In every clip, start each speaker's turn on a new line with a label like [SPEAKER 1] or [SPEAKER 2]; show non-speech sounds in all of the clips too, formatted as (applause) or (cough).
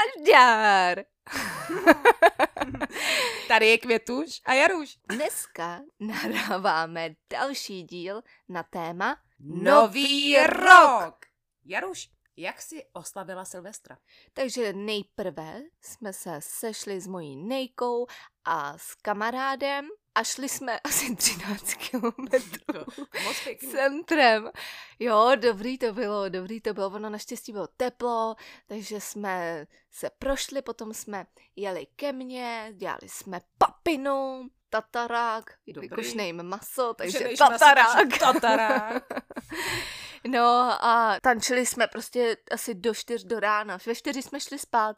[SPEAKER 1] Nazdar! Tady je Květuš a Jaruš.
[SPEAKER 2] Dneska (laughs) nahráváme další díl na téma
[SPEAKER 1] Nový rok! Jaruš, jak jsi oslavila (laughs) Silvestra?
[SPEAKER 2] Takže nejprve jsme se sešli s mojí nejkou a s kamarádem a šli jsme (laughs) asi 13 kilometrů
[SPEAKER 1] (laughs) Moc pěkný.
[SPEAKER 2] centrem. Jo, dobrý to bylo, dobrý to bylo. Ono naštěstí bylo teplo, takže jsme se prošli, potom jsme jeli ke mně, dělali jsme papinu, tatarák,
[SPEAKER 1] Dobrý.
[SPEAKER 2] jelikož nejím maso, takže
[SPEAKER 1] Že než na
[SPEAKER 2] tatarák.
[SPEAKER 1] (laughs) sebe, že Tatarák.
[SPEAKER 2] No a tančili jsme prostě asi do čtyř do rána. Ve čtyři jsme šli (laughs) spát.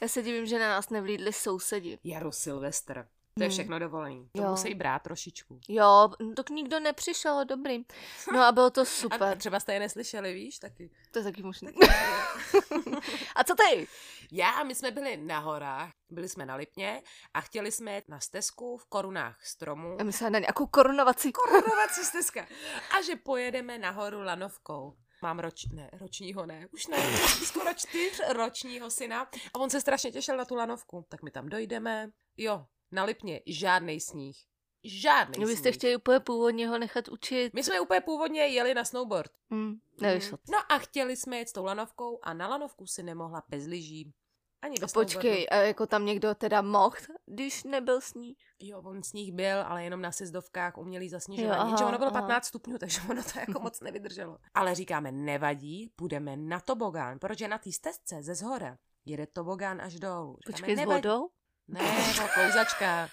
[SPEAKER 2] Já se divím, že na nás nevlídli sousedi.
[SPEAKER 1] Jaru Silvestr. To je
[SPEAKER 2] Hmm.
[SPEAKER 1] všechno dovolený. To
[SPEAKER 2] Jo.
[SPEAKER 1] musí brát trošičku.
[SPEAKER 2] Jo, tak nikdo nepřišel, dobrý. No (laughs) a bylo to
[SPEAKER 1] A a
[SPEAKER 2] super.
[SPEAKER 1] třeba jste je neslyšeli, víš, taky.
[SPEAKER 2] To je taky (laughs) možné. A co ty?
[SPEAKER 1] (laughs) Já a my jsme byli na horách, byli jsme na Lipně a chtěli jsme jet na stezku v korunách stromů.
[SPEAKER 2] Já myslela na nějakou korunovací.
[SPEAKER 1] Korunovací stezka. A že pojedeme nahoru lanovkou. Mám roč, ne, ročního ne, už ne, skoro čtyř ročního syna. A on se strašně těšil na tu lanovku. Tak my tam dojdeme. Jo, na Lipně žádný sníh. Žádný
[SPEAKER 2] No, vy jste
[SPEAKER 1] sníh.
[SPEAKER 2] chtěli úplně původně ho nechat učit.
[SPEAKER 1] My jsme úplně původně jeli na snowboard.
[SPEAKER 2] Hm, nevyšlo.
[SPEAKER 1] Mhm. No a chtěli jsme jet s tou lanovkou a na lanovku si nemohla bez lyží. Ani
[SPEAKER 2] A
[SPEAKER 1] bez snowboardu.
[SPEAKER 2] počkej, a jako tam někdo teda mohl, když nebyl sníh?
[SPEAKER 1] Jo, on sníh byl, ale jenom na sjezdovkách umělý
[SPEAKER 2] Jo,
[SPEAKER 1] zasněžování.
[SPEAKER 2] aha,
[SPEAKER 1] Jenže ono bylo
[SPEAKER 2] aha.
[SPEAKER 1] 15 stupňů, takže ono to
[SPEAKER 2] (laughs)
[SPEAKER 1] jako moc nevydrželo. Ale říkáme, nevadí, půjdeme na tobogán, protože na té stezce ze zhora jede tobogán až dolů. Říkáme,
[SPEAKER 2] Počkej, s
[SPEAKER 1] nevadí.
[SPEAKER 2] vodou?
[SPEAKER 1] Ne,
[SPEAKER 2] (laughs)
[SPEAKER 1] to klouzačka.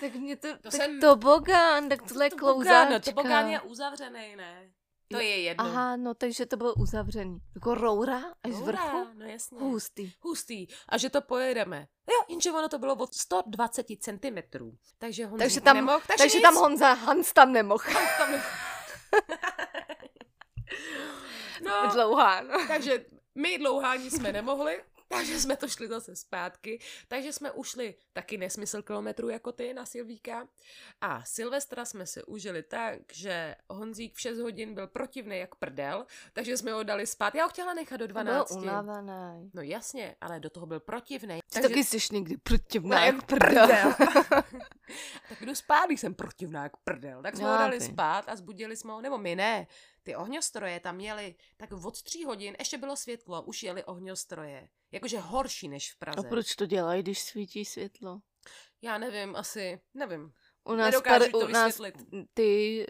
[SPEAKER 2] Tak mě to,
[SPEAKER 1] To
[SPEAKER 2] tak
[SPEAKER 1] jsem-
[SPEAKER 2] tobogán, tak tohle je
[SPEAKER 1] Tobogán, no,
[SPEAKER 2] klouzáčka.
[SPEAKER 1] Tobogán je uzavřený, ne? To je jedno.
[SPEAKER 2] Aha, no takže to bylo uzavřený. Jako roura až z vrchu?
[SPEAKER 1] Dobrá, No jasně.
[SPEAKER 2] Hustý.
[SPEAKER 1] hustý a že to pojedeme. Jo, jenže ono to bylo od 120 cm. Takže Honzík
[SPEAKER 2] Takže tam-
[SPEAKER 1] nemohl, takže,
[SPEAKER 2] Takže
[SPEAKER 1] nic.
[SPEAKER 2] tam Honza Hans tam nemohl.
[SPEAKER 1] Tam nemohl. no,
[SPEAKER 2] (laughs) Dlouhá, no.
[SPEAKER 1] takže my dlouhání jsme nemohli, takže jsme to šli zase zpátky. Takže jsme ušli taky nesmysl kilometrů jako ty na Silvíka. A Silvestra jsme si užili tak, že Honzík v 6 hodin byl protivný jak prdel, takže jsme ho dali spát. Já ho chtěla nechat do
[SPEAKER 2] To Byl
[SPEAKER 1] 12.
[SPEAKER 2] unavený.
[SPEAKER 1] No jasně, ale do toho byl protivný.
[SPEAKER 2] Ty taky jsi někdy protivná,
[SPEAKER 1] Ne,
[SPEAKER 2] No, jak (laughs) prdel.
[SPEAKER 1] (laughs) tak jdu spát, když jsem protivná jak prdel. Tak jsme ho
[SPEAKER 2] Já
[SPEAKER 1] dali
[SPEAKER 2] vím.
[SPEAKER 1] spát a zbudili jsme ho, nebo my ne. Ty ohňostroje tam měly tak od tří hodin, ještě bylo světlo, už jeli ohňostroje. Jakože horší než v
[SPEAKER 2] A
[SPEAKER 1] Praze.
[SPEAKER 2] proč to dělají, když svítí světlo?
[SPEAKER 1] Já nevím, asi, nevím.
[SPEAKER 2] U nás,
[SPEAKER 1] Nedokážu
[SPEAKER 2] par-
[SPEAKER 1] to
[SPEAKER 2] u nás
[SPEAKER 1] vysvětlit.
[SPEAKER 2] ty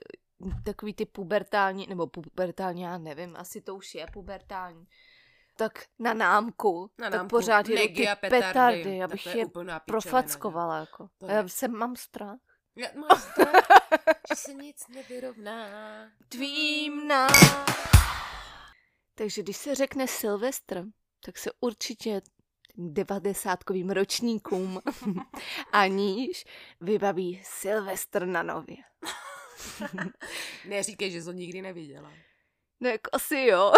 [SPEAKER 2] takový ty pubertální, nebo pubertální, já nevím, asi to už je pubertální, tak na námku,
[SPEAKER 1] Na
[SPEAKER 2] tak
[SPEAKER 1] námku.
[SPEAKER 2] pořád jedou ty
[SPEAKER 1] Megia
[SPEAKER 2] petardy, petardy
[SPEAKER 1] tak
[SPEAKER 2] já
[SPEAKER 1] to
[SPEAKER 2] bych
[SPEAKER 1] je
[SPEAKER 2] je
[SPEAKER 1] úplná pičovina, že?
[SPEAKER 2] profackovala, jako.
[SPEAKER 1] To je-
[SPEAKER 2] Já jsem, mám strach.
[SPEAKER 1] Já mám strach, že se nic nevyrovná.
[SPEAKER 2] tvým na. Takže když se řekne Silvestr, tak se určitě těm devadesátkovým ročníkům
[SPEAKER 1] (laughs)
[SPEAKER 2] aniž vybaví Silvestr na nově.
[SPEAKER 1] Neříkej, že jsi to nikdy neviděla.
[SPEAKER 2] No jak asi
[SPEAKER 1] (laughs)
[SPEAKER 2] jo.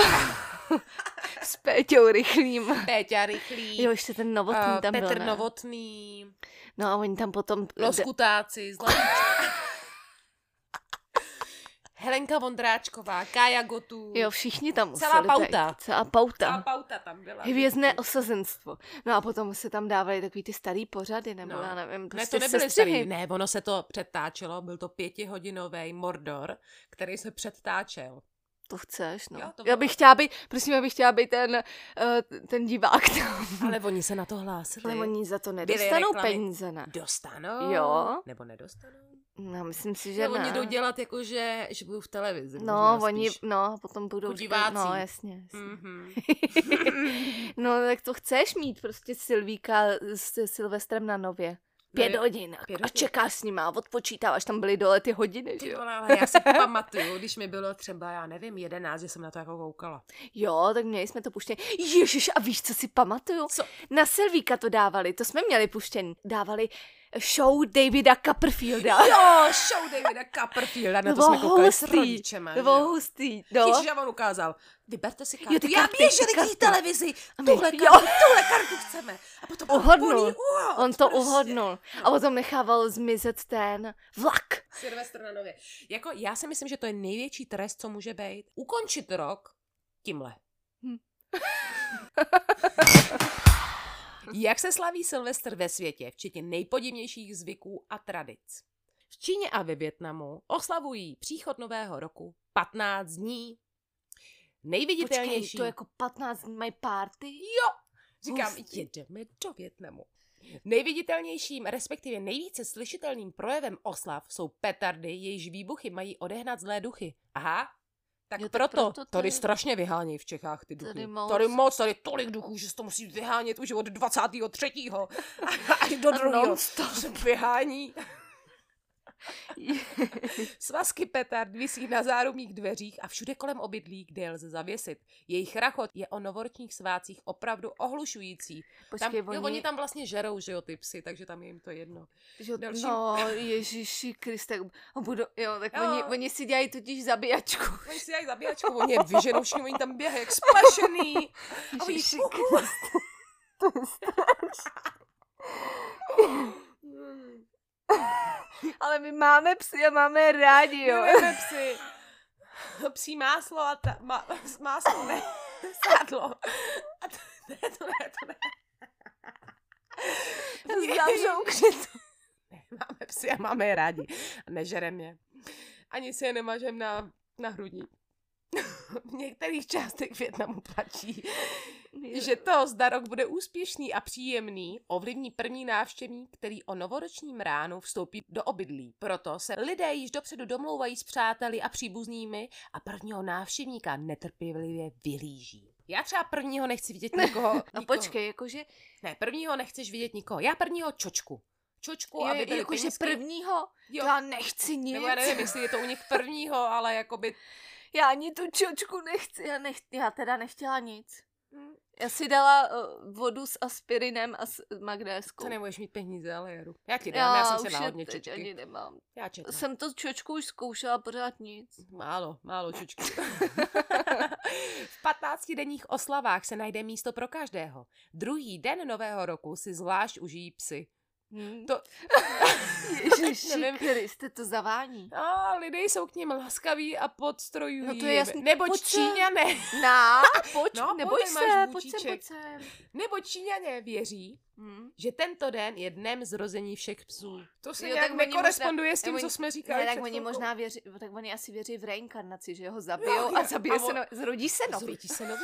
[SPEAKER 2] S Péťou rychlým.
[SPEAKER 1] Péťa Rychlý,
[SPEAKER 2] Jo, ještě ten novotný
[SPEAKER 1] eh,
[SPEAKER 2] tam
[SPEAKER 1] Petr
[SPEAKER 2] byl, ne?
[SPEAKER 1] Novotný,
[SPEAKER 2] No a oni tam potom... (laughs)
[SPEAKER 1] Loskutáci, zlatíčka. Helenka Vondráčková, Kája Gotů.
[SPEAKER 2] jo, všichni tam museli
[SPEAKER 1] Celá pauta.
[SPEAKER 2] Tak, celá pauta.
[SPEAKER 1] Ta pauta tam byla.
[SPEAKER 2] Hvězdné osazenstvo. No a potom se tam dávaly takový ty starý pořady, nebo
[SPEAKER 1] No.
[SPEAKER 2] no. já nevím,
[SPEAKER 1] ne,
[SPEAKER 2] prostě
[SPEAKER 1] to nebyly
[SPEAKER 2] sestřihy.
[SPEAKER 1] starý. Ne, ono se to přetáčelo, byl to pětihodinový Mordor, který se přetáčel.
[SPEAKER 2] To chceš, no.
[SPEAKER 1] Jo,
[SPEAKER 2] Jo,
[SPEAKER 1] to
[SPEAKER 2] to já
[SPEAKER 1] bylo-
[SPEAKER 2] bych chtěla být, prosím, já bych chtěla být ten, uh, ten divák tam. (laughs)
[SPEAKER 1] Ale oni se na to hlásili.
[SPEAKER 2] Hm. Ale oni za to
[SPEAKER 1] Byly
[SPEAKER 2] nedostanou
[SPEAKER 1] reklamy.
[SPEAKER 2] peníze, ne?
[SPEAKER 1] Dostanou?
[SPEAKER 2] Jo.
[SPEAKER 1] Nebo nedostanou?
[SPEAKER 2] No, myslím si,
[SPEAKER 1] Že
[SPEAKER 2] že
[SPEAKER 1] no, oni
[SPEAKER 2] ne.
[SPEAKER 1] jdou dělat jako, že, že budou v televizi.
[SPEAKER 2] No, oni, no, potom budou...
[SPEAKER 1] Jako diváci.
[SPEAKER 2] No, jasně. jasně.
[SPEAKER 1] Mm-hmm.
[SPEAKER 2] (laughs) no, tak to chceš mít prostě Silvíka s Silvestrem na nově. Pět
[SPEAKER 1] No,
[SPEAKER 2] hodin.
[SPEAKER 1] pět
[SPEAKER 2] a
[SPEAKER 1] hodin.
[SPEAKER 2] čekáš s nima a odpočítáváš, tam byly dole ty hodiny, že
[SPEAKER 1] Ty
[SPEAKER 2] jo?
[SPEAKER 1] vole, ale já si pamatuju, když mi bylo třeba, já nevím, jedenáct, že jsem na to jako koukala.
[SPEAKER 2] Jo, tak měli jsme to puštění. Ježiš, a víš, co si pamatuju?
[SPEAKER 1] Co?
[SPEAKER 2] Na Silvíka to dávali, to jsme měli puštění. Dávali show Davida Copperfielda.
[SPEAKER 1] Jo, show Davida Copperfielda, na to
[SPEAKER 2] Bylo
[SPEAKER 1] jsme koukali s
[SPEAKER 2] hustý,
[SPEAKER 1] rodičema.
[SPEAKER 2] To bylo hustý, no.
[SPEAKER 1] Ježíš, a on ukázal, vyberte si kartu.
[SPEAKER 2] ty
[SPEAKER 1] Já
[SPEAKER 2] karty,
[SPEAKER 1] běžím
[SPEAKER 2] ty
[SPEAKER 1] k té
[SPEAKER 2] karty.
[SPEAKER 1] televizi,
[SPEAKER 2] A my-
[SPEAKER 1] tuhle
[SPEAKER 2] jo.
[SPEAKER 1] kartu, tuhle kartu chceme. A potom
[SPEAKER 2] Uhodnul.
[SPEAKER 1] On, uhodl,
[SPEAKER 2] On to uhodnul. A potom nechával zmizet ten vlak.
[SPEAKER 1] (laughs) Silvestr na nově. Jako, já si myslím, že to je největší trest, co může být. Hm. Ukončit rok tímhle.
[SPEAKER 2] Hm.
[SPEAKER 1] (laughs) Jak se slaví Silvestr ve světě, včetně nejpodivnějších zvyků a tradic? V Číně a ve Větnamu oslavují příchod nového roku 15 dní.
[SPEAKER 2] Počkej,
[SPEAKER 1] Nejviditelnější...
[SPEAKER 2] to jako 15 dní mají party?
[SPEAKER 1] Jo! Říkám,
[SPEAKER 2] Hustý.
[SPEAKER 1] jedeme do Větnamu. Nejviditelnějším, respektive nejvíce slyšitelným projevem oslav jsou petardy, jejichž výbuchy mají odehnat zlé duchy. Aha, tak,
[SPEAKER 2] Jo,
[SPEAKER 1] jo,
[SPEAKER 2] tak
[SPEAKER 1] proto,
[SPEAKER 2] proto
[SPEAKER 1] proto tady
[SPEAKER 2] tady-
[SPEAKER 1] strašně vyhánějí v Čechách ty duchy.
[SPEAKER 2] Tady moc.
[SPEAKER 1] tady, moc, tady tolik duchů, že se to musí vyhánět už od 23. (laughs) až do
[SPEAKER 2] A
[SPEAKER 1] druhého. (laughs)
[SPEAKER 2] non-stop.
[SPEAKER 1] To se vyhání. Svazky petard visí na zárubních dveřích a všude kolem obydlí, kde je lze zavěsit. Jejich rachot je o novoročních svácích opravdu ohlušující. Tam,
[SPEAKER 2] Počkej,
[SPEAKER 1] jo, oni tam vlastně žerou, že jo, ty psy, takže tam je jim to jedno.
[SPEAKER 2] Že,
[SPEAKER 1] Další.
[SPEAKER 2] no, Ježíši Kriste, a budu, jo, tak
[SPEAKER 1] Jo.
[SPEAKER 2] Oni, oni si dělají totiž zabíjačku.
[SPEAKER 1] Oni si dají zabíjačku, oni je vyženou, všichni oni tam běhají jak splašený. A oni
[SPEAKER 2] Ježiši
[SPEAKER 1] fuchu.
[SPEAKER 2] Ale my máme psy a máme je rádi, jo.
[SPEAKER 1] Milujeme psy. Psí máslo a ta, ma, máslo ne, sádlo. A to, ne, to ne, to ne.
[SPEAKER 2] Zavřou křet.
[SPEAKER 1] Máme psy a máme je rádi. A Nežerem je. Ani si je nemažem na, na hrudní. v některých částech Větnamu platí, (laughs) že to zda rok bude úspěšný a příjemný, ovlivní první návštěvník, který o novoročním ránu vstoupí do obydlí. Proto se lidé již dopředu domlouvají s přáteli a příbuznými a prvního návštěvníka netrpělivě vylíží. Já třeba prvního nechci vidět nikoho.
[SPEAKER 2] A
[SPEAKER 1] nikoho.
[SPEAKER 2] no počkej, jakože,
[SPEAKER 1] Ne, prvního nechceš vidět nikoho. Já prvního čočku. Čočku,
[SPEAKER 2] jo,
[SPEAKER 1] aby byly
[SPEAKER 2] jakože
[SPEAKER 1] penízky.
[SPEAKER 2] prvního,
[SPEAKER 1] Jo.
[SPEAKER 2] já nechci nic.
[SPEAKER 1] Nebo já nevím, jestli je to u nich prvního, ale jakoby...
[SPEAKER 2] Já ani tu čočku nechci, já, nech, já teda nechtěla nic.
[SPEAKER 1] Mm.
[SPEAKER 2] Já si dala uh, vodu s aspirinem a s magnéskou.
[SPEAKER 1] To nebudeš mít peníze, ale jedu. Já ti dám, já, já jsem se
[SPEAKER 2] už
[SPEAKER 1] dala
[SPEAKER 2] je
[SPEAKER 1] hodně
[SPEAKER 2] teď
[SPEAKER 1] čočky.
[SPEAKER 2] ani nemám.
[SPEAKER 1] Já četla.
[SPEAKER 2] Jsem to čočku už zkoušela, pořád nic.
[SPEAKER 1] Málo, málo čočky. (laughs) v 15 denních oslavách se najde místo pro každého. Druhý den nového roku si zvlášť užijí psy.
[SPEAKER 2] Hmm.
[SPEAKER 1] (laughs) To-
[SPEAKER 2] Ježiši
[SPEAKER 1] Nevím.
[SPEAKER 2] Kriste, to zavání.
[SPEAKER 1] A lidé jsou k ním laskaví a podstrojují.
[SPEAKER 2] No to je
[SPEAKER 1] je,
[SPEAKER 2] jasný.
[SPEAKER 1] Neboť
[SPEAKER 2] Pojď sem.
[SPEAKER 1] Číňané. (laughs)
[SPEAKER 2] Na, pojď,
[SPEAKER 1] No,
[SPEAKER 2] neboj
[SPEAKER 1] pojď, máš
[SPEAKER 2] se, pojď sem,
[SPEAKER 1] vůčiček.
[SPEAKER 2] pojď sem.
[SPEAKER 1] Neboť Číňané věří,
[SPEAKER 2] Hmm.
[SPEAKER 1] že tento den je dnem zrození všech psů. To se
[SPEAKER 2] Jo,
[SPEAKER 1] jo, nějak
[SPEAKER 2] tak oni
[SPEAKER 1] nekoresponduje s tím,
[SPEAKER 2] oni-
[SPEAKER 1] co jsme říkali.
[SPEAKER 2] Ne, tak
[SPEAKER 1] před
[SPEAKER 2] oni
[SPEAKER 1] chvilkou.
[SPEAKER 2] možná věří, tak oni asi věří v reinkarnaci, že ho zabijou
[SPEAKER 1] Jo,
[SPEAKER 2] a
[SPEAKER 1] jo,
[SPEAKER 2] zabije
[SPEAKER 1] a
[SPEAKER 2] se,
[SPEAKER 1] on-
[SPEAKER 2] no, zrodí se nový.
[SPEAKER 1] Zrodí se nový.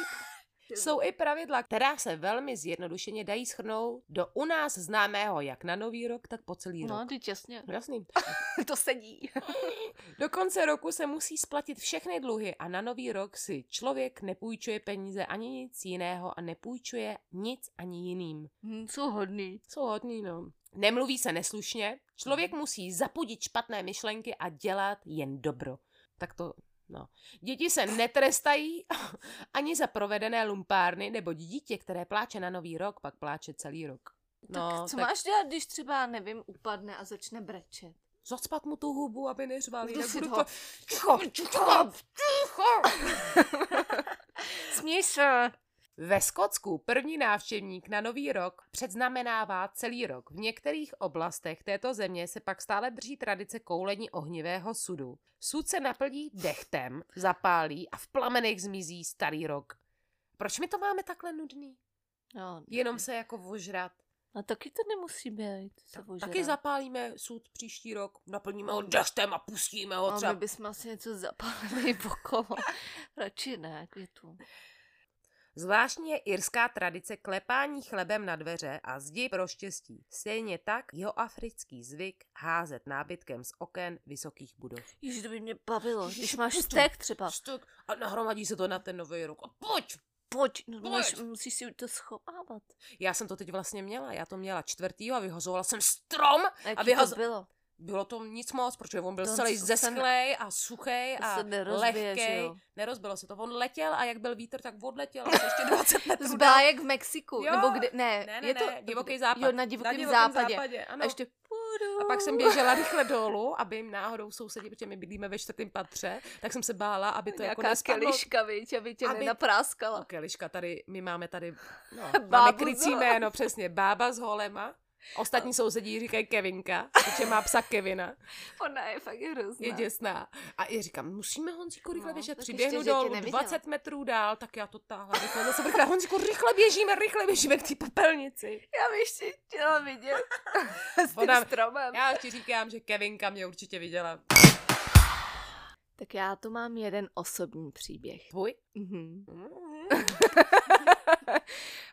[SPEAKER 1] Jsou i pravidla, která se velmi zjednodušeně dají schrnout do u nás známého jak na nový rok, tak po celý
[SPEAKER 2] No,
[SPEAKER 1] rok.
[SPEAKER 2] teď jasně,
[SPEAKER 1] Jasný.
[SPEAKER 2] (laughs) to sedí.
[SPEAKER 1] Do konce roku se musí splatit všechny dluhy a na nový rok si člověk nepůjčuje peníze ani nic jiného a nepůjčuje nic ani jiným.
[SPEAKER 2] Hmm, jsou hodný.
[SPEAKER 1] Hm, Jsou hodný, no. Mhm. Nemluví se neslušně, člověk musí zapudit špatné myšlenky a dělat jen dobro. Tak to, no. Děti se netrestají (laughs) ani za provedené lumpárny, nebo dítě, které pláče na nový rok, pak pláče celý rok. No,
[SPEAKER 2] tak co máš dělat, když třeba, nevím, upadne a začne brečet?
[SPEAKER 1] Zacpat mu tu hubu, aby neřval, jinak
[SPEAKER 2] Dusit
[SPEAKER 1] budu
[SPEAKER 2] ho.
[SPEAKER 1] to... Ticho, ticho, ticho.
[SPEAKER 2] (laughs) Směj se.
[SPEAKER 1] Ve Skotsku první návštěvník na nový rok předznamenává celý rok. V některých oblastech této země se pak stále drží tradice koulení ohnivého sudu. Sud se naplní dechtem, zapálí a v plamenech zmizí starý rok. Proč my to máme takhle nudný?
[SPEAKER 2] No,
[SPEAKER 1] Jenom se jako vožrat.
[SPEAKER 2] A No, taky to nemusí být. Se
[SPEAKER 1] Taky zapálíme sud příští rok, naplníme ho dechtem a pustíme ho
[SPEAKER 2] A
[SPEAKER 1] třeba
[SPEAKER 2] No, my bychom asi něco zapálili (laughs) okolo. Radši ne, květu.
[SPEAKER 1] Zvláštní je irská tradice klepání chlebem na dveře a zdi pro štěstí. Stejně tak jeho africký zvyk házet nábytkem z oken vysokých budov.
[SPEAKER 2] Ježiš, to by mě bavilo.
[SPEAKER 1] Ježiš,
[SPEAKER 2] Když máš
[SPEAKER 1] květu.
[SPEAKER 2] stek třeba,
[SPEAKER 1] Štuk a nahromadí se to na ten nový rok. A pojď!
[SPEAKER 2] pojď, no,
[SPEAKER 1] Pojď.
[SPEAKER 2] máš, musíš si to schovávat.
[SPEAKER 1] Já jsem to teď vlastně měla. Já to měla čtvrtýho a vyhazovala jsem strom.
[SPEAKER 2] A jaký
[SPEAKER 1] A vyhaz-
[SPEAKER 2] to bylo?
[SPEAKER 1] Bylo to nic moc, protože on byl
[SPEAKER 2] To
[SPEAKER 1] celý
[SPEAKER 2] se-
[SPEAKER 1] zesklej a suchý
[SPEAKER 2] To
[SPEAKER 1] a
[SPEAKER 2] se nerozbije, že
[SPEAKER 1] lehkej.
[SPEAKER 2] jo?
[SPEAKER 1] Nerozbilo se to. On letěl a jak byl vítr, tak odletěl asi ještě 20 metrů.
[SPEAKER 2] Z
[SPEAKER 1] dál.
[SPEAKER 2] bájek v Mexiku,
[SPEAKER 1] Jo.
[SPEAKER 2] nebo kde, ne,
[SPEAKER 1] Ne, ne,
[SPEAKER 2] je to
[SPEAKER 1] ne, divoký západ.
[SPEAKER 2] Jo, na divokém, západě.
[SPEAKER 1] ano.
[SPEAKER 2] A ještě
[SPEAKER 1] A pak jsem běžela rychle dolů, aby jim náhodou sousedi, protože my bydlíme ve čtvrtém patře, tak jsem se bála, aby to jako
[SPEAKER 2] Nějaká
[SPEAKER 1] nespadlo.
[SPEAKER 2] keliška, viď, aby tě
[SPEAKER 1] Aby-
[SPEAKER 2] nenapráskala. (laughs)
[SPEAKER 1] No, Keliška tady, my máme tady, no, máme
[SPEAKER 2] Bábu
[SPEAKER 1] krycí
[SPEAKER 2] z-
[SPEAKER 1] jméno, přesně, bába s holema. Ostatní sousedí říkají Kevinka, protože má psa Kevina.
[SPEAKER 2] Ona je fakt hrozná.
[SPEAKER 1] Je děsná. A i říkám, musíme Honzíku rychle
[SPEAKER 2] No,
[SPEAKER 1] běžet.
[SPEAKER 2] tak
[SPEAKER 1] Přiběhnu
[SPEAKER 2] ještě, že tě
[SPEAKER 1] dolů
[SPEAKER 2] neviděla.
[SPEAKER 1] 20 metrů dál, tak já to táhla. Rychle No, zase vrchla. Honzíku, rychle běžíme, rychle běžíme k té popelnici.
[SPEAKER 2] Já bych ještě chtěla (laughs) vidět s tím
[SPEAKER 1] Ona-
[SPEAKER 2] stromem.
[SPEAKER 1] Já ti říkám, že Kevinka mě určitě viděla.
[SPEAKER 2] Tak já tu mám jeden osobní příběh.
[SPEAKER 1] Tvůj?
[SPEAKER 2] Mhm.
[SPEAKER 1] Mm.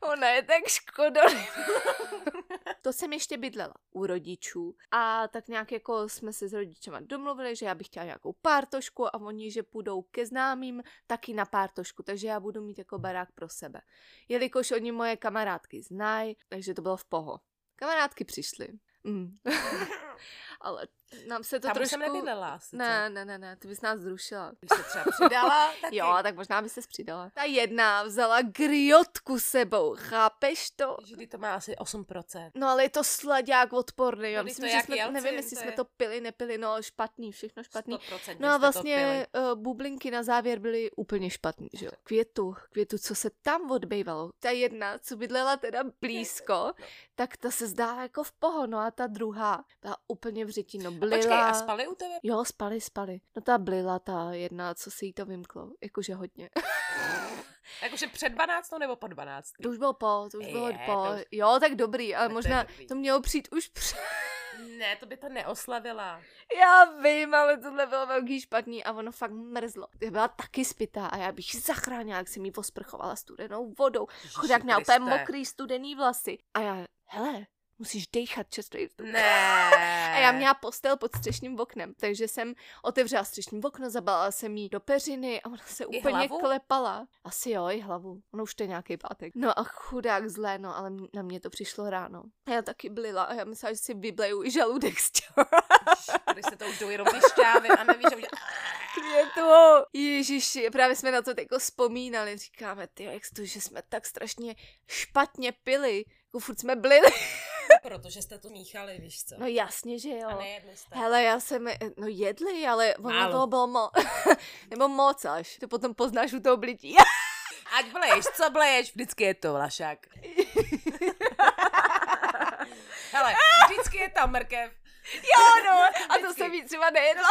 [SPEAKER 2] Ona je tak škodolivá. (laughs) to jsem ještě bydlela u rodičů a tak nějak jako jsme se s rodičema domluvili, že já bych chtěla nějakou pártošku a oni, že půjdou ke známým taky na pártošku, takže já budu mít jako barák pro sebe. Jelikož oni moje kamarádky znají, takže to bylo v poho. Kamarádky přišly. Mm. (laughs) Ale nám se to
[SPEAKER 1] Tam
[SPEAKER 2] trošku...
[SPEAKER 1] jsem nebydlela asi,
[SPEAKER 2] ne, ne, ne, ne, ty bys nás zrušila.
[SPEAKER 1] co? Když se třeba přidala,
[SPEAKER 2] (laughs)
[SPEAKER 1] taky.
[SPEAKER 2] Jo, tak možná by se přidala. Ta jedna vzala griotku sebou, chápeš to?
[SPEAKER 1] Že ty to má asi 8%.
[SPEAKER 2] No ale je to slaďák odporný, já
[SPEAKER 1] No, když to
[SPEAKER 2] myslím,
[SPEAKER 1] je
[SPEAKER 2] že
[SPEAKER 1] jak
[SPEAKER 2] jsme,
[SPEAKER 1] Jelcin,
[SPEAKER 2] nevím, jestli
[SPEAKER 1] to
[SPEAKER 2] jsme
[SPEAKER 1] je.
[SPEAKER 2] to pili, nepili, no špatný, všechno špatný.
[SPEAKER 1] 100%
[SPEAKER 2] No a vlastně uh, bublinky na závěr byly úplně špatný, že jo. Květu, květu, co se tam odbývalo. Ta jedna, co bydlela teda
[SPEAKER 1] (laughs)
[SPEAKER 2] blízko,
[SPEAKER 1] No.
[SPEAKER 2] tak ta se zdála jako v poho, no a ta druhá byla úplně v řetino, blila.
[SPEAKER 1] Počkej, a spali u tebe?
[SPEAKER 2] Jo, spali, spali. No ta blila ta jedna, co se jí to vymklo, jakože hodně.
[SPEAKER 1] Jakože před 12 nebo po 12?
[SPEAKER 2] To už bylo po, to už bylo
[SPEAKER 1] Je,
[SPEAKER 2] po.
[SPEAKER 1] to už-
[SPEAKER 2] Jo, tak dobrý, ale
[SPEAKER 1] Tak to je
[SPEAKER 2] možná to,
[SPEAKER 1] dobrý.
[SPEAKER 2] mělo přijít už před.
[SPEAKER 1] Ne, to by to neoslavila.
[SPEAKER 2] Já vím, ale tohle bylo velký špatný a ono fakt mrzlo. Já byla taky spitá a já bych ji zachránila, jak jsem ji posprchovala studenou vodou. Chudák měl úplně mokrý studený vlasy. A já, hele, musíš dejchat často.
[SPEAKER 1] Ne.
[SPEAKER 2] A já měla postel pod střešním oknem, takže jsem otevřela střešní okno, zabalala jsem jí do peřiny a ona se úplně
[SPEAKER 1] hlavu?
[SPEAKER 2] klepala. Asi jo, i hlavu. Ono už to je nějaký pátek. No a chudák zlé, no, ale m- na mě to přišlo ráno. A já taky blila a já myslela, že si vybleju i žaludek z těla.
[SPEAKER 1] Když se to už jdou jenom ty šťávy a nevíš, že už... (laughs)
[SPEAKER 2] Květu! Ježiši, právě jsme na to jako vzpomínali, říkáme, ty, jak to, že jsme tak strašně špatně pili, jako furt jsme blili.
[SPEAKER 1] Protože jste to míchali, víš co?
[SPEAKER 2] No jasně, že jo.
[SPEAKER 1] a nejedli jste.
[SPEAKER 2] Hele, já jsem, eh, no jedli, ale ono
[SPEAKER 1] Málo.
[SPEAKER 2] toho bylo moc, (laughs) nebo moc až, to potom poznáš u toho (laughs) blití.
[SPEAKER 1] Ať bleješ, co bleješ, vždycky je to vlašák.
[SPEAKER 2] (laughs)
[SPEAKER 1] Hele, vždycky je tam mrkev.
[SPEAKER 2] jo, no, a to
[SPEAKER 1] Vždycky.
[SPEAKER 2] se mi třeba nejedla.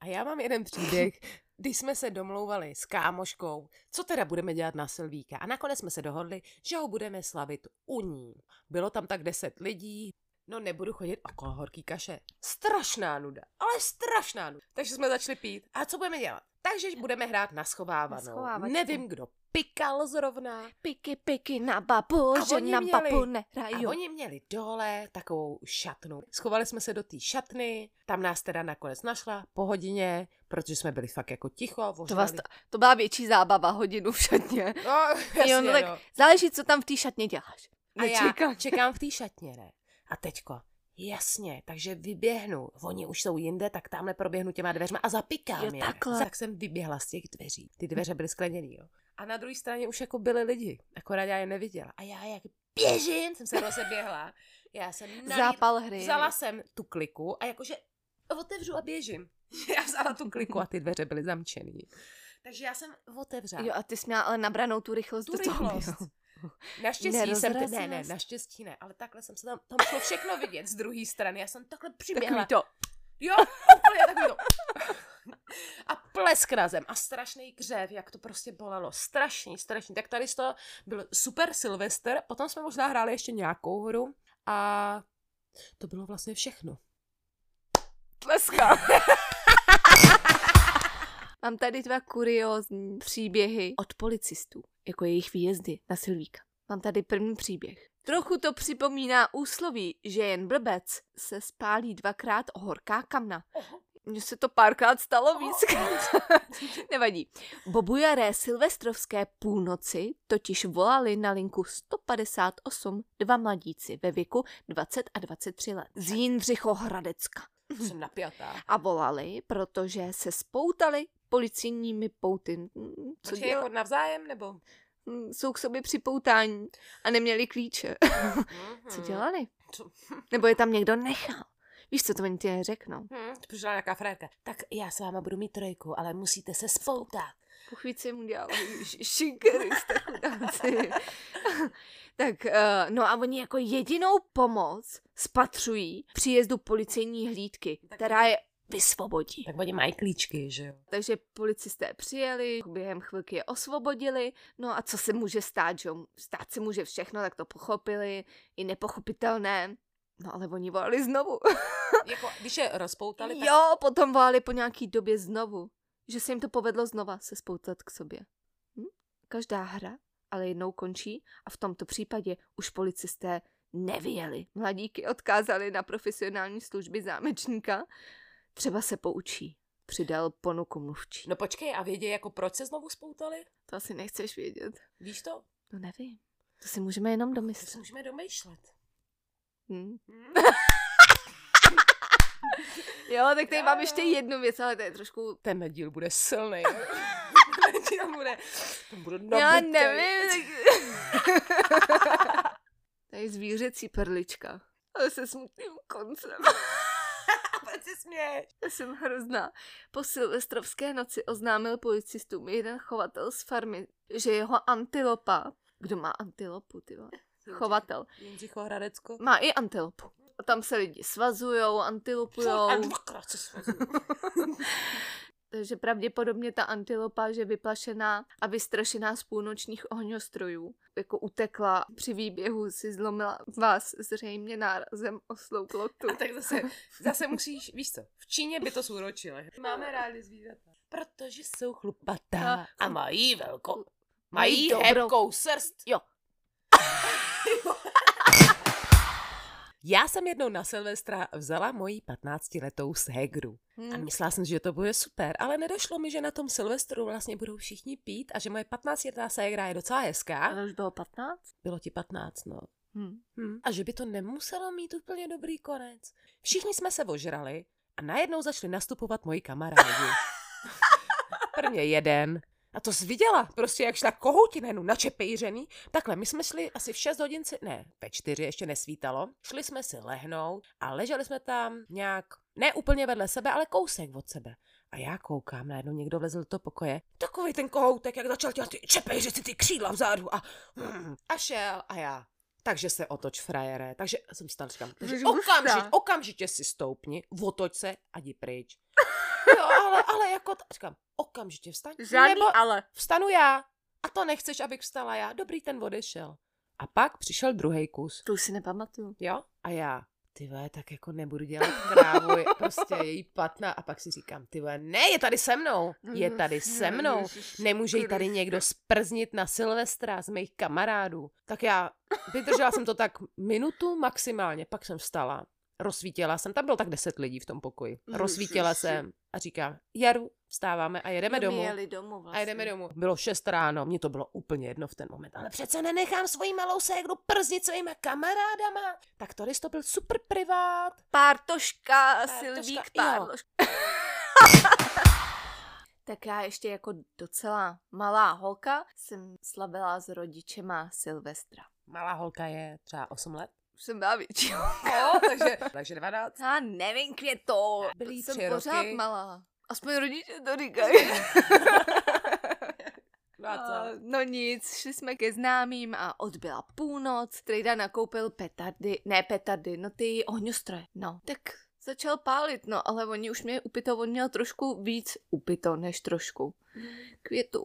[SPEAKER 1] A já mám jeden příběh, když jsme se domlouvali s kámoškou, co teda budeme dělat na Silvíka. A nakonec jsme se dohodli, že ho budeme slavit u ní. Bylo tam tak 10 lidí, no nebudu chodit okolo horký kaše. Strašná nuda, ale strašná nuda. Takže jsme začali pít. A co budeme dělat? Takže budeme hrát na schovávanou.
[SPEAKER 2] Na schovávačku.
[SPEAKER 1] Nevím, kdo pikal zrovna.
[SPEAKER 2] Piky, piky na babu,
[SPEAKER 1] A
[SPEAKER 2] že
[SPEAKER 1] oni
[SPEAKER 2] na
[SPEAKER 1] měli.
[SPEAKER 2] babu
[SPEAKER 1] A
[SPEAKER 2] nehraju.
[SPEAKER 1] oni měli dole takovou šatnu. Schovali jsme se do té šatny, tam nás teda nakonec našla po hodině, protože jsme byli fakt jako ticho.
[SPEAKER 2] To, vás,
[SPEAKER 1] vožrali.
[SPEAKER 2] to byla větší zábava, hodinu v šatně.
[SPEAKER 1] No, (laughs) jasně,
[SPEAKER 2] Jo, no tak
[SPEAKER 1] no.
[SPEAKER 2] záleží, co tam v té šatně děláš.
[SPEAKER 1] A já
[SPEAKER 2] Nečekám. (laughs)
[SPEAKER 1] čekám v té šatně, ne? A teďko, jasně, takže vyběhnu. Oni už jsou jinde, tak tamhle proběhnu těma dveřma a zapikám
[SPEAKER 2] Jo,
[SPEAKER 1] je.
[SPEAKER 2] takhle.
[SPEAKER 1] Tak jsem vyběhla z těch dveří. Ty dveře byly skleněný, jo. A na druhé straně už jako byli lidi, akorát já je neviděla. A já jak běžím, jsem se rozeběhla. Já jsem nalít,
[SPEAKER 2] Zápal hry.
[SPEAKER 1] Vzala jsem tu kliku a jakože otevřu a běžím. (laughs) Já vzala tu kliku a ty dveře byly zamčený. Takže já jsem otevřela.
[SPEAKER 2] Jo, a ty jsi měla ale nabranou tu rychlost.
[SPEAKER 1] tu
[SPEAKER 2] do toho
[SPEAKER 1] rychlost. (laughs)
[SPEAKER 2] běhu.
[SPEAKER 1] Naštěstí jsem, t- ne,
[SPEAKER 2] Nerozrazila
[SPEAKER 1] ne,
[SPEAKER 2] jsi?
[SPEAKER 1] naštěstí ne, ale takhle jsem se tam, tam šlo všechno vidět z druhé strany. Já jsem takhle přiběhla.
[SPEAKER 2] Takový to.
[SPEAKER 1] Jo, úplně takový to. A plesk na zem a strašný křev, jak to prostě bolelo. Strašný, strašný. Tak tady z toho byl super Silvester, potom jsme možná hráli ještě nějakou hru a to bylo
[SPEAKER 2] (laughs)
[SPEAKER 1] vlastně všechno.
[SPEAKER 2] Tleska. (laughs) Mám tady dva kuriózní příběhy od policistů, jako jejich výjezdy na Silvíka. Mám tady první příběh. Trochu to připomíná úsloví, že jen blbec se spálí dvakrát o horká kamna. Mně se to párkrát stalo víckrát. Nevadí. Bobujaré silvestrovské půlnoci totiž volali na linku 158 dva mladíci ve věku 20 a 23 let z Jindřichohradecka
[SPEAKER 1] Jsem napjatá.
[SPEAKER 2] a volali, protože se spoutali policijními pouty. Hm, Co
[SPEAKER 1] Počkej,
[SPEAKER 2] dělá-
[SPEAKER 1] jako navzájem, nebo?
[SPEAKER 2] Hm, Jsou k sobě připoutání a neměli klíče. (laughs) Co
[SPEAKER 1] Mhm.
[SPEAKER 2] dělali?
[SPEAKER 1] Hmm. Co-
[SPEAKER 2] Nebo je tam někdo nechal. Víš, co to oni ti neřeknou?
[SPEAKER 1] Mhm. Hmm, to přišla nějaká frérka. Tak já s váma budu mít trojku, ale musíte se spoutat.
[SPEAKER 2] puchvici mu dělala š- šinkery z chudáci. (laughs) tak, eh, no a oni jako jedinou pomoc spatřují příjezdu policejní hlídky, která je vysvobodí.
[SPEAKER 1] Tak oni mají klíčky, že (laughs) jo?
[SPEAKER 2] Takže policisté přijeli, během chvilky je osvobodili, no a co se může stát, že jo? Stát se může všechno, tak to pochopili, i nepochopitelné. No ale oni volali znovu.
[SPEAKER 1] Jako, když je rozpoutali, tak...
[SPEAKER 2] Jo, potom volali po nějaký době znovu, že se jim to povedlo znova se spoutat k sobě. Hm? Každá hra ale jednou končí a v tomto případě už policisté nevěděli. Mladíky odkázali na profesionální služby zámečníka. Třeba se poučí. Přidal ponuku mluvčí.
[SPEAKER 1] No počkej, a vědě, jako proč se znovu spoutali?
[SPEAKER 2] To asi nechceš vědět.
[SPEAKER 1] Víš to?
[SPEAKER 2] No nevím. To si můžeme jenom
[SPEAKER 1] To si
[SPEAKER 2] domyslet.
[SPEAKER 1] můžeme domýšlet.
[SPEAKER 2] (laughs) Hm.
[SPEAKER 1] Hm?
[SPEAKER 2] Jo, tak tady
[SPEAKER 1] Jo,
[SPEAKER 2] mám
[SPEAKER 1] jo.
[SPEAKER 2] ještě jednu věc, ale to je trošku...
[SPEAKER 1] Ten díl bude (laughs) silný. Ten díl bude... Ten bude
[SPEAKER 2] Já
[SPEAKER 1] nabitej.
[SPEAKER 2] nevím. (laughs) tak- To je zvířecí perlička. Ale se smutným koncem.
[SPEAKER 1] (laughs) Proč se směješ?
[SPEAKER 2] Já jsem hrozná. Po silvestrovské noci oznámil policistům jeden chovatel z farmy, že jeho antilopa, kdo má antilopu, ty vole? chovatel,
[SPEAKER 1] Jindřich Hradecko.
[SPEAKER 2] má i antilopu. A tam se lidi svazujou, antilopujou.
[SPEAKER 1] A dvakrát se svazuju.
[SPEAKER 2] Takže pravděpodobně ta antilopa, že vyplašená a vystrašená z půlnočních ohňostrojů, jako utekla při výběhu, si zlomila vás zřejmě nárazem oslou plotu.
[SPEAKER 1] A tak zase, zase musíš, víš co, v Číně by to zúročili. Máme rádi zvířata. Protože jsou chlupatá
[SPEAKER 2] A-
[SPEAKER 1] a mají velkou, mají
[SPEAKER 2] Mají dobrou-
[SPEAKER 1] hebkou srst.
[SPEAKER 2] Jo.
[SPEAKER 1] (laughs) Já jsem jednou na Silvestra vzala moji 15-letou ségru. A
[SPEAKER 2] (laughs) Hmm.
[SPEAKER 1] myslela jsem, že to bude super, ale nedošlo mi, že na tom Silvestru vlastně budou všichni pít a že moje 15-letá ségra je docela hezká.
[SPEAKER 2] Ale už bylo 15?
[SPEAKER 1] Bylo ti 15, no.
[SPEAKER 2] Hmm.
[SPEAKER 1] Hmm. A že by to nemuselo mít úplně dobrý konec. Všichni jsme se ožrali a najednou začali nastupovat moji kamarádi. Prvně jeden. A to jsi viděla, prostě jak šla kohoutinenu načepejřený. Takhle, my jsme šli asi v 6 hodin, si, ne, ve 4 ještě nesvítalo. Šli jsme si lehnout a leželi jsme tam nějak, ne úplně vedle sebe, ale kousek od sebe. A já koukám, najednou někdo vlezl do toho pokoje. Takový ten kohoutek, jak začal dělat ty čepejři, ty, ty křídla vzadu a... Hmm, a šel a já. Takže se otoč, frajere. Takže jsem stala, říkám, takže
[SPEAKER 2] Jsi hustá.
[SPEAKER 1] okamžitě, okamžitě si stoupni, otoč se a jdi pryč. Jo, ale, ale jako, t- říkám, okamžitě vstaň. nebo
[SPEAKER 2] ale.
[SPEAKER 1] vstanu já. A to nechceš, abych vstala já. Dobrý, ten odešel. A pak přišel druhý kus.
[SPEAKER 2] To už si nepamatuju.
[SPEAKER 1] Jo? A já, ty vole, tak jako nebudu dělat krávu, je- prostě její patna. A pak si říkám, ty vole, ne, je tady se mnou. Je tady se mnou. Nemůže jí tady někdo sprznit na Silvestra z mých kamarádů. Tak já vydržela jsem to tak minutu maximálně, pak jsem vstala, rozsvítila jsem, tam bylo tak deset lidí v tom pokoji. Rozsvítila jsem a říkám, Jaru, vstáváme a jedeme domů.
[SPEAKER 2] Jeli domů vlastně.
[SPEAKER 1] A jedeme domů. Bylo 6 ráno, mně to bylo úplně jedno v ten moment. Ale přece nenechám svoji malou ségru prznit svýma kamarádama. Tak tady to byl super privát.
[SPEAKER 2] Pártoška,
[SPEAKER 1] Pártoška,
[SPEAKER 2] Silvík,
[SPEAKER 1] jo.
[SPEAKER 2] Pártoška. (laughs) tak já ještě jako docela malá holka jsem slavila s rodičema Silvestra.
[SPEAKER 1] Malá holka je třeba 8 let.
[SPEAKER 2] Už jsem byla větší.
[SPEAKER 1] Jo, takže, takže 12.
[SPEAKER 2] Já nevím, květo.
[SPEAKER 1] Byly jí
[SPEAKER 2] jsem
[SPEAKER 1] tři
[SPEAKER 2] pořád
[SPEAKER 1] roky.
[SPEAKER 2] malá. Aspoň rodiče to říkají.
[SPEAKER 1] No a co?
[SPEAKER 2] no nic, šli jsme ke známým a odbyla půlnoc. Trejda nakoupil petardy, ne petardy, no ty ohňostroje. No, tak začal pálit, no, ale oni už mě upito, on měl trošku víc upito, než trošku. Květu.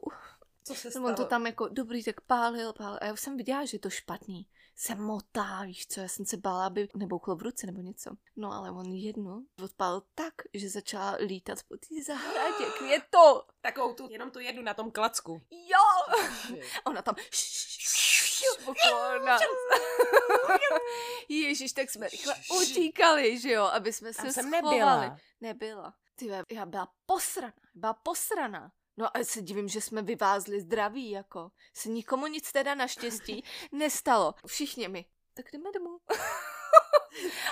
[SPEAKER 1] Co se
[SPEAKER 2] On to tam jako, dobrý, tak pálil, pálil. A já už jsem viděla, že je to špatný. Se motá, víš co, já jsem se bála, aby nebouklo v ruce nebo něco. No ale on jednu odpálil tak, že začala lítat po té zahradě. Květo!
[SPEAKER 1] Takovou tu, jenom tu jednu na tom klacku.
[SPEAKER 2] (laughs) Jo! Ona tam pokorna. (laughs) Ježíš, tak jsme rychle utíkali, že jo, aby jsme se
[SPEAKER 1] Tam jsem
[SPEAKER 2] schovali.
[SPEAKER 1] nebyla.
[SPEAKER 2] Nebyla. Ty, ve, já byla posraná, byla posraná. No a se divím, že jsme vyvázli zdraví, jako. Se
[SPEAKER 1] (laughs)
[SPEAKER 2] nikomu nic teda naštěstí nestalo. Všichni mi. Tak jdeme domů. (laughs)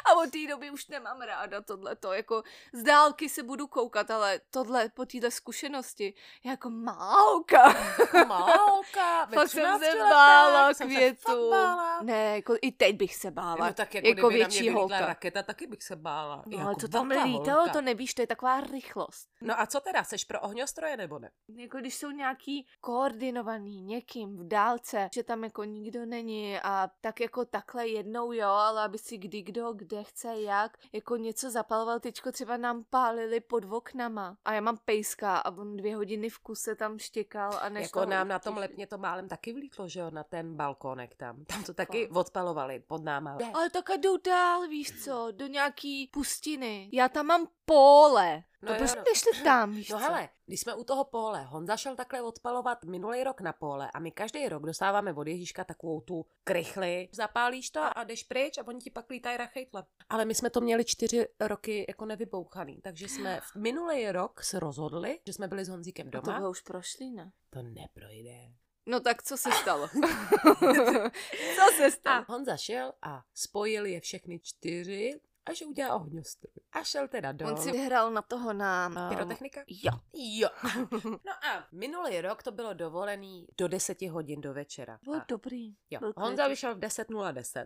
[SPEAKER 2] A od té doby už nemám ráda tohleto, jako z dálky se budu koukat, ale tohle po téhle zkušenosti, je jako málka. (laughs)
[SPEAKER 1] Málka, ve
[SPEAKER 2] Fakt jsem
[SPEAKER 1] 13
[SPEAKER 2] se
[SPEAKER 1] letech
[SPEAKER 2] bála
[SPEAKER 1] jsem se
[SPEAKER 2] květu.
[SPEAKER 1] fakt bála.
[SPEAKER 2] Ne, jako i teď bych se bála.
[SPEAKER 1] No tak jako,
[SPEAKER 2] jako
[SPEAKER 1] kdyby na mě
[SPEAKER 2] větší
[SPEAKER 1] vylítla
[SPEAKER 2] holka.
[SPEAKER 1] raketa, taky bych se bála.
[SPEAKER 2] No,
[SPEAKER 1] jako
[SPEAKER 2] ale co tam
[SPEAKER 1] velká
[SPEAKER 2] nelítalo,
[SPEAKER 1] holka.
[SPEAKER 2] to nevíš, to je taková rychlost.
[SPEAKER 1] No a co teda, seš pro ohňostroje nebo ne?
[SPEAKER 2] Jako když jsou nějaký koordinovaný někým v dálce, že tam jako nikdo není a tak jako takhle jednou jo, ale aby si kdy kdo, kde chce, jak, jako něco zapaloval, teďko třeba nám pálili pod oknama a já mám pejska a on dvě hodiny v kuse tam štěkal a než
[SPEAKER 1] Jako
[SPEAKER 2] toho
[SPEAKER 1] nám na tom
[SPEAKER 2] utěší.
[SPEAKER 1] lepně to málem taky vlítlo, že jo, na ten balkónek tam. Tam to taky
[SPEAKER 2] Fakt.
[SPEAKER 1] odpalovali pod náma.
[SPEAKER 2] Ale tak a jdou dál, víš co, do nějaký pustiny. Já tam mám pole.
[SPEAKER 1] No
[SPEAKER 2] No,
[SPEAKER 1] jo,
[SPEAKER 2] to prostě
[SPEAKER 1] no.
[SPEAKER 2] nešli tam, víš
[SPEAKER 1] No
[SPEAKER 2] co.
[SPEAKER 1] hele, když jsme u toho pole, Honza šel takhle odpalovat minulý rok na pole a my každý rok dostáváme od Ježíška takovou tu krychli, zapálíš to a jdeš pryč a oni ti pak lítají rachejtle. Ale my jsme to měli čtyři roky jako nevybouchaný, takže jsme v minulý rok se rozhodli, že jsme byli s Honzíkem
[SPEAKER 2] A to
[SPEAKER 1] doma.
[SPEAKER 2] bylo už prošli, ne?
[SPEAKER 1] To neprojde.
[SPEAKER 2] No tak co se
[SPEAKER 1] (laughs)
[SPEAKER 2] stalo? co se
[SPEAKER 1] A
[SPEAKER 2] stalo?
[SPEAKER 1] Honza šel a spojil je všechny čtyři a že udělá ohňostroj. A šel teda do
[SPEAKER 2] On si hrál na toho na... um,
[SPEAKER 1] Pyrotechnika?
[SPEAKER 2] Jo.
[SPEAKER 1] Jo. (laughs) No a minulý rok to bylo dovolený do 10 hodin do večera.
[SPEAKER 2] Bylo
[SPEAKER 1] A
[SPEAKER 2] dobrý.
[SPEAKER 1] jo.
[SPEAKER 2] byl
[SPEAKER 1] Honza
[SPEAKER 2] klid.
[SPEAKER 1] vyšel v 10.010.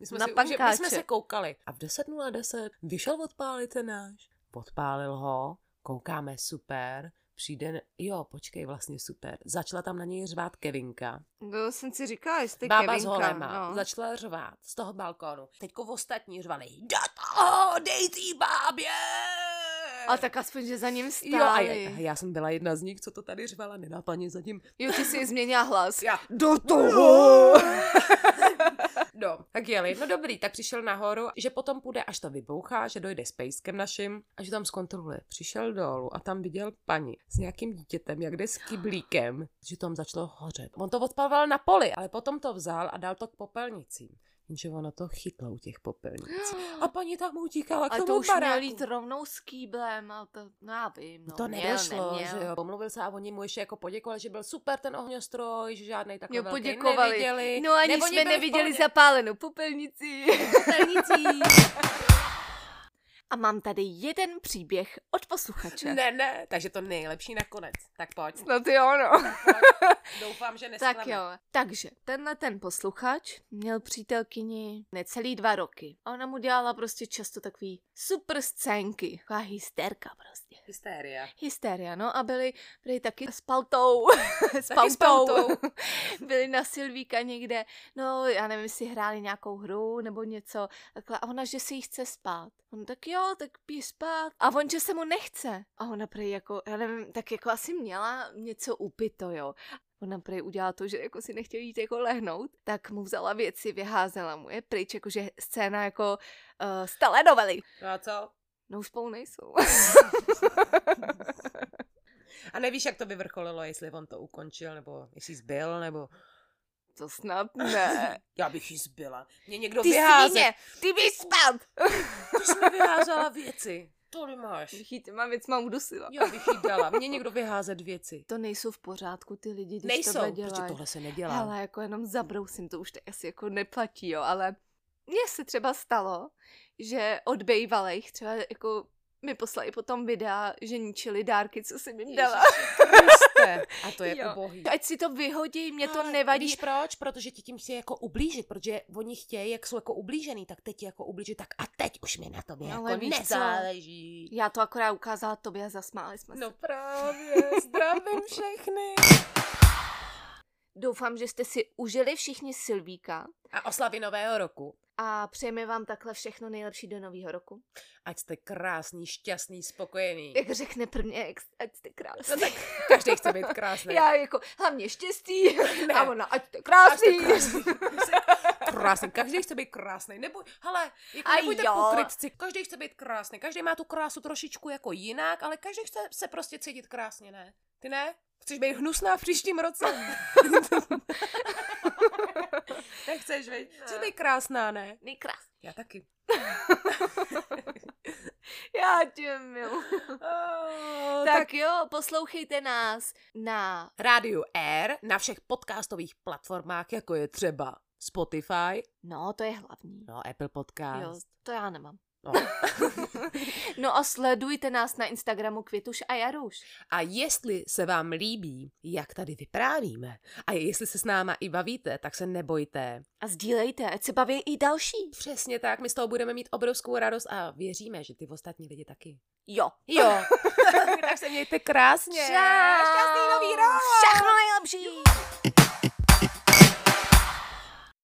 [SPEAKER 1] My jsme,
[SPEAKER 2] Na
[SPEAKER 1] si, už, my jsme
[SPEAKER 2] pankáče.
[SPEAKER 1] se koukali. A v 10.010 vyšel odpálit ten náš. Podpálil ho, koukáme super, přijde, jo, počkej, vlastně super. Začala tam na něj řvát Kevinka.
[SPEAKER 2] No, jsem si říkala, jestli
[SPEAKER 1] Bába
[SPEAKER 2] Kevinka.
[SPEAKER 1] s holema
[SPEAKER 2] no.
[SPEAKER 1] začala řvát z toho balkónu. Teďko ostatní řvali, do toho, dej tý bábě!
[SPEAKER 2] A tak aspoň, že za ním stáli.
[SPEAKER 1] Jo, a já, a já jsem byla jedna z nich, co to tady řvala, nenápadně zatím.
[SPEAKER 2] jo ty si změnila hlas.
[SPEAKER 1] Já,
[SPEAKER 2] Do toho!
[SPEAKER 1] (laughs) no, tak jeli. No dobrý, tak přišel nahoru, že potom půjde, až to vybouchá, že dojde s pejskem našim a že tam zkontroluje. Přišel dolů a tam viděl paní s nějakým dítětem, jak jde s kyblíkem, že tam začalo hořet. On to odpával na poli, ale potom to vzal a dal to k popelnicím. Jenže ono to chytlo u těch popelnic. (gasps)
[SPEAKER 2] (gasps)
[SPEAKER 1] A paní tam utíkala k
[SPEAKER 2] A
[SPEAKER 1] tomu
[SPEAKER 2] to už měl
[SPEAKER 1] baráku.
[SPEAKER 2] jít rovnou s kýblem, ale to, no já vím, no,
[SPEAKER 1] to
[SPEAKER 2] měl,
[SPEAKER 1] nedošlo,
[SPEAKER 2] neměl.
[SPEAKER 1] že jo. Pomluvil se a oni mu ještě jako poděkovali, že byl super ten ohňostroj, že žádný takový
[SPEAKER 2] Jo,
[SPEAKER 1] velký
[SPEAKER 2] poděkovali.
[SPEAKER 1] neviděli.
[SPEAKER 2] No ani
[SPEAKER 1] Nebo oni
[SPEAKER 2] jsme
[SPEAKER 1] byli v
[SPEAKER 2] neviděli
[SPEAKER 1] pohodě.
[SPEAKER 2] zapálenou popelnici.
[SPEAKER 1] popelnicí.
[SPEAKER 2] (laughs) A mám tady jeden příběh od posluchače.
[SPEAKER 1] ne, ne, takže to nejlepší nakonec. Tak pojď.
[SPEAKER 2] Snad je ono.
[SPEAKER 1] pojď. (laughs) Doufám, že no. nesklame.
[SPEAKER 2] No. Tak jo. Takže tenhle ten posluchač měl přítelkyni necelý dva roky. A ona mu dělala prostě často takový super scénky. Taková hysterka prostě. (laughs)
[SPEAKER 1] Hysteria.
[SPEAKER 2] Hysteria, no a byli, byli taky s paltou. s
[SPEAKER 1] Taky s paltou.
[SPEAKER 2] (laughs) byli na Silvíka někde. No, já nevím, si hráli nějakou hru nebo něco. Takhle. A ona, že si jí chce spát. On tak jo, tak pí spát. A on, že se mu nechce. A ona prej jako, já nevím, tak jako asi měla něco upito, jo. Ona prej udělala to, že jako si nechtěl jít jako lehnout, tak mu vzala věci, vyházela mu je pryč, jakože scéna jako uh, z telenovely.
[SPEAKER 1] No a co?
[SPEAKER 2] No už spolu nejsou. (laughs)
[SPEAKER 1] A nevíš, jak to vyvrcholilo, jestli on to ukončil, nebo jestli zbyl, nebo...
[SPEAKER 2] to snad ne.
[SPEAKER 1] (laughs) Já bych jí zbyla. Mě někdo
[SPEAKER 2] Ty
[SPEAKER 1] vyházet.
[SPEAKER 2] svině, ty víš spát!
[SPEAKER 1] Ty jsi mi vyházela věci. To nemáš.
[SPEAKER 2] Bych jí těma věcma udusila.
[SPEAKER 1] Já bych jí dala. Mě někdo vyházet věci.
[SPEAKER 2] To nejsou v pořádku ty lidi, když
[SPEAKER 1] Nejsou,
[SPEAKER 2] tohle
[SPEAKER 1] protože
[SPEAKER 2] dělají.
[SPEAKER 1] tohle se nedělá.
[SPEAKER 2] Hele, jako jenom zabrousím, to už teď asi jako neplatí, jo, ale mně se třeba stalo, že od bejvalejch třeba jako mi poslali potom videa, že ničili dárky, co jsem jim dala.
[SPEAKER 1] Kriste. A to je
[SPEAKER 2] Jo.
[SPEAKER 1] ubohý.
[SPEAKER 2] Ať si to vyhodí, mě to
[SPEAKER 1] Ale
[SPEAKER 2] nevadí.
[SPEAKER 1] Víš proč? Protože ti tím chtějí jako ublížit, protože oni chtějí, jak jsou jako ublížený, tak teď ti jako ublížit, tak a teď už mi na tobě
[SPEAKER 2] Ale
[SPEAKER 1] jako
[SPEAKER 2] víš co?
[SPEAKER 1] nezáleží. No
[SPEAKER 2] Já to akorát ukázala tobě a zasmáli jsme se.
[SPEAKER 1] právě,
[SPEAKER 2] (laughs)
[SPEAKER 1] zdravím všechny.
[SPEAKER 2] Doufám, že jste si užili všichni Silvíka
[SPEAKER 1] A oslavy nového roku.
[SPEAKER 2] a přejeme vám takhle všechno nejlepší do nového roku.
[SPEAKER 1] Ať jste krásný,
[SPEAKER 2] (laughs)
[SPEAKER 1] šťastný, spokojený.
[SPEAKER 2] Jak řekne prvně, ex, ať jste krásný.
[SPEAKER 1] No tak každý chce být krásný.
[SPEAKER 2] Já jako, hlavně štěstí.
[SPEAKER 1] (laughs) Ne.
[SPEAKER 2] A ona, no, ať jste
[SPEAKER 1] Ať jste
[SPEAKER 2] krásný. (laughs)
[SPEAKER 1] krásný. krásný. Každý chce být krásný. Nebo, hele, jako
[SPEAKER 2] A
[SPEAKER 1] nebuďte
[SPEAKER 2] jo.
[SPEAKER 1] pokrytci. Každý chce být krásný. Každý má tu krásu trošičku jako jinak, ale každý chce se prostě cítit krásně, ne? Ty ne? Chceš být hnusná v příštím roce? Nechceš, veď? Chceš být krásná, ne?
[SPEAKER 2] Nejkrásný. (laughs)
[SPEAKER 1] Já taky.
[SPEAKER 2] Já tě milu.
[SPEAKER 1] Oh,
[SPEAKER 2] Tak, tak jo, poslouchejte nás na
[SPEAKER 1] Rádiu Air na všech podcastových platformách, jako je třeba Spotify,
[SPEAKER 2] No, to je hlavní.
[SPEAKER 1] no Apple Podcast.
[SPEAKER 2] Jo, to já nemám.
[SPEAKER 1] No.
[SPEAKER 2] no a sledujte nás na Instagramu Květuš a Jaruš.
[SPEAKER 1] A jestli se vám líbí, jak tady vyprávíme, a jestli se s náma i bavíte, tak se nebojte.
[SPEAKER 2] A sdílejte, ať se baví i další.
[SPEAKER 1] Přesně tak, my z toho budeme mít obrovskou radost a věříme, že ty ostatní lidi taky.
[SPEAKER 2] Jo.
[SPEAKER 1] Jo. (laughs) tak se mějte
[SPEAKER 2] (laughs)
[SPEAKER 1] krásně.
[SPEAKER 2] Čau.
[SPEAKER 1] Šťastný nový rok.
[SPEAKER 2] Všechno nejlepší.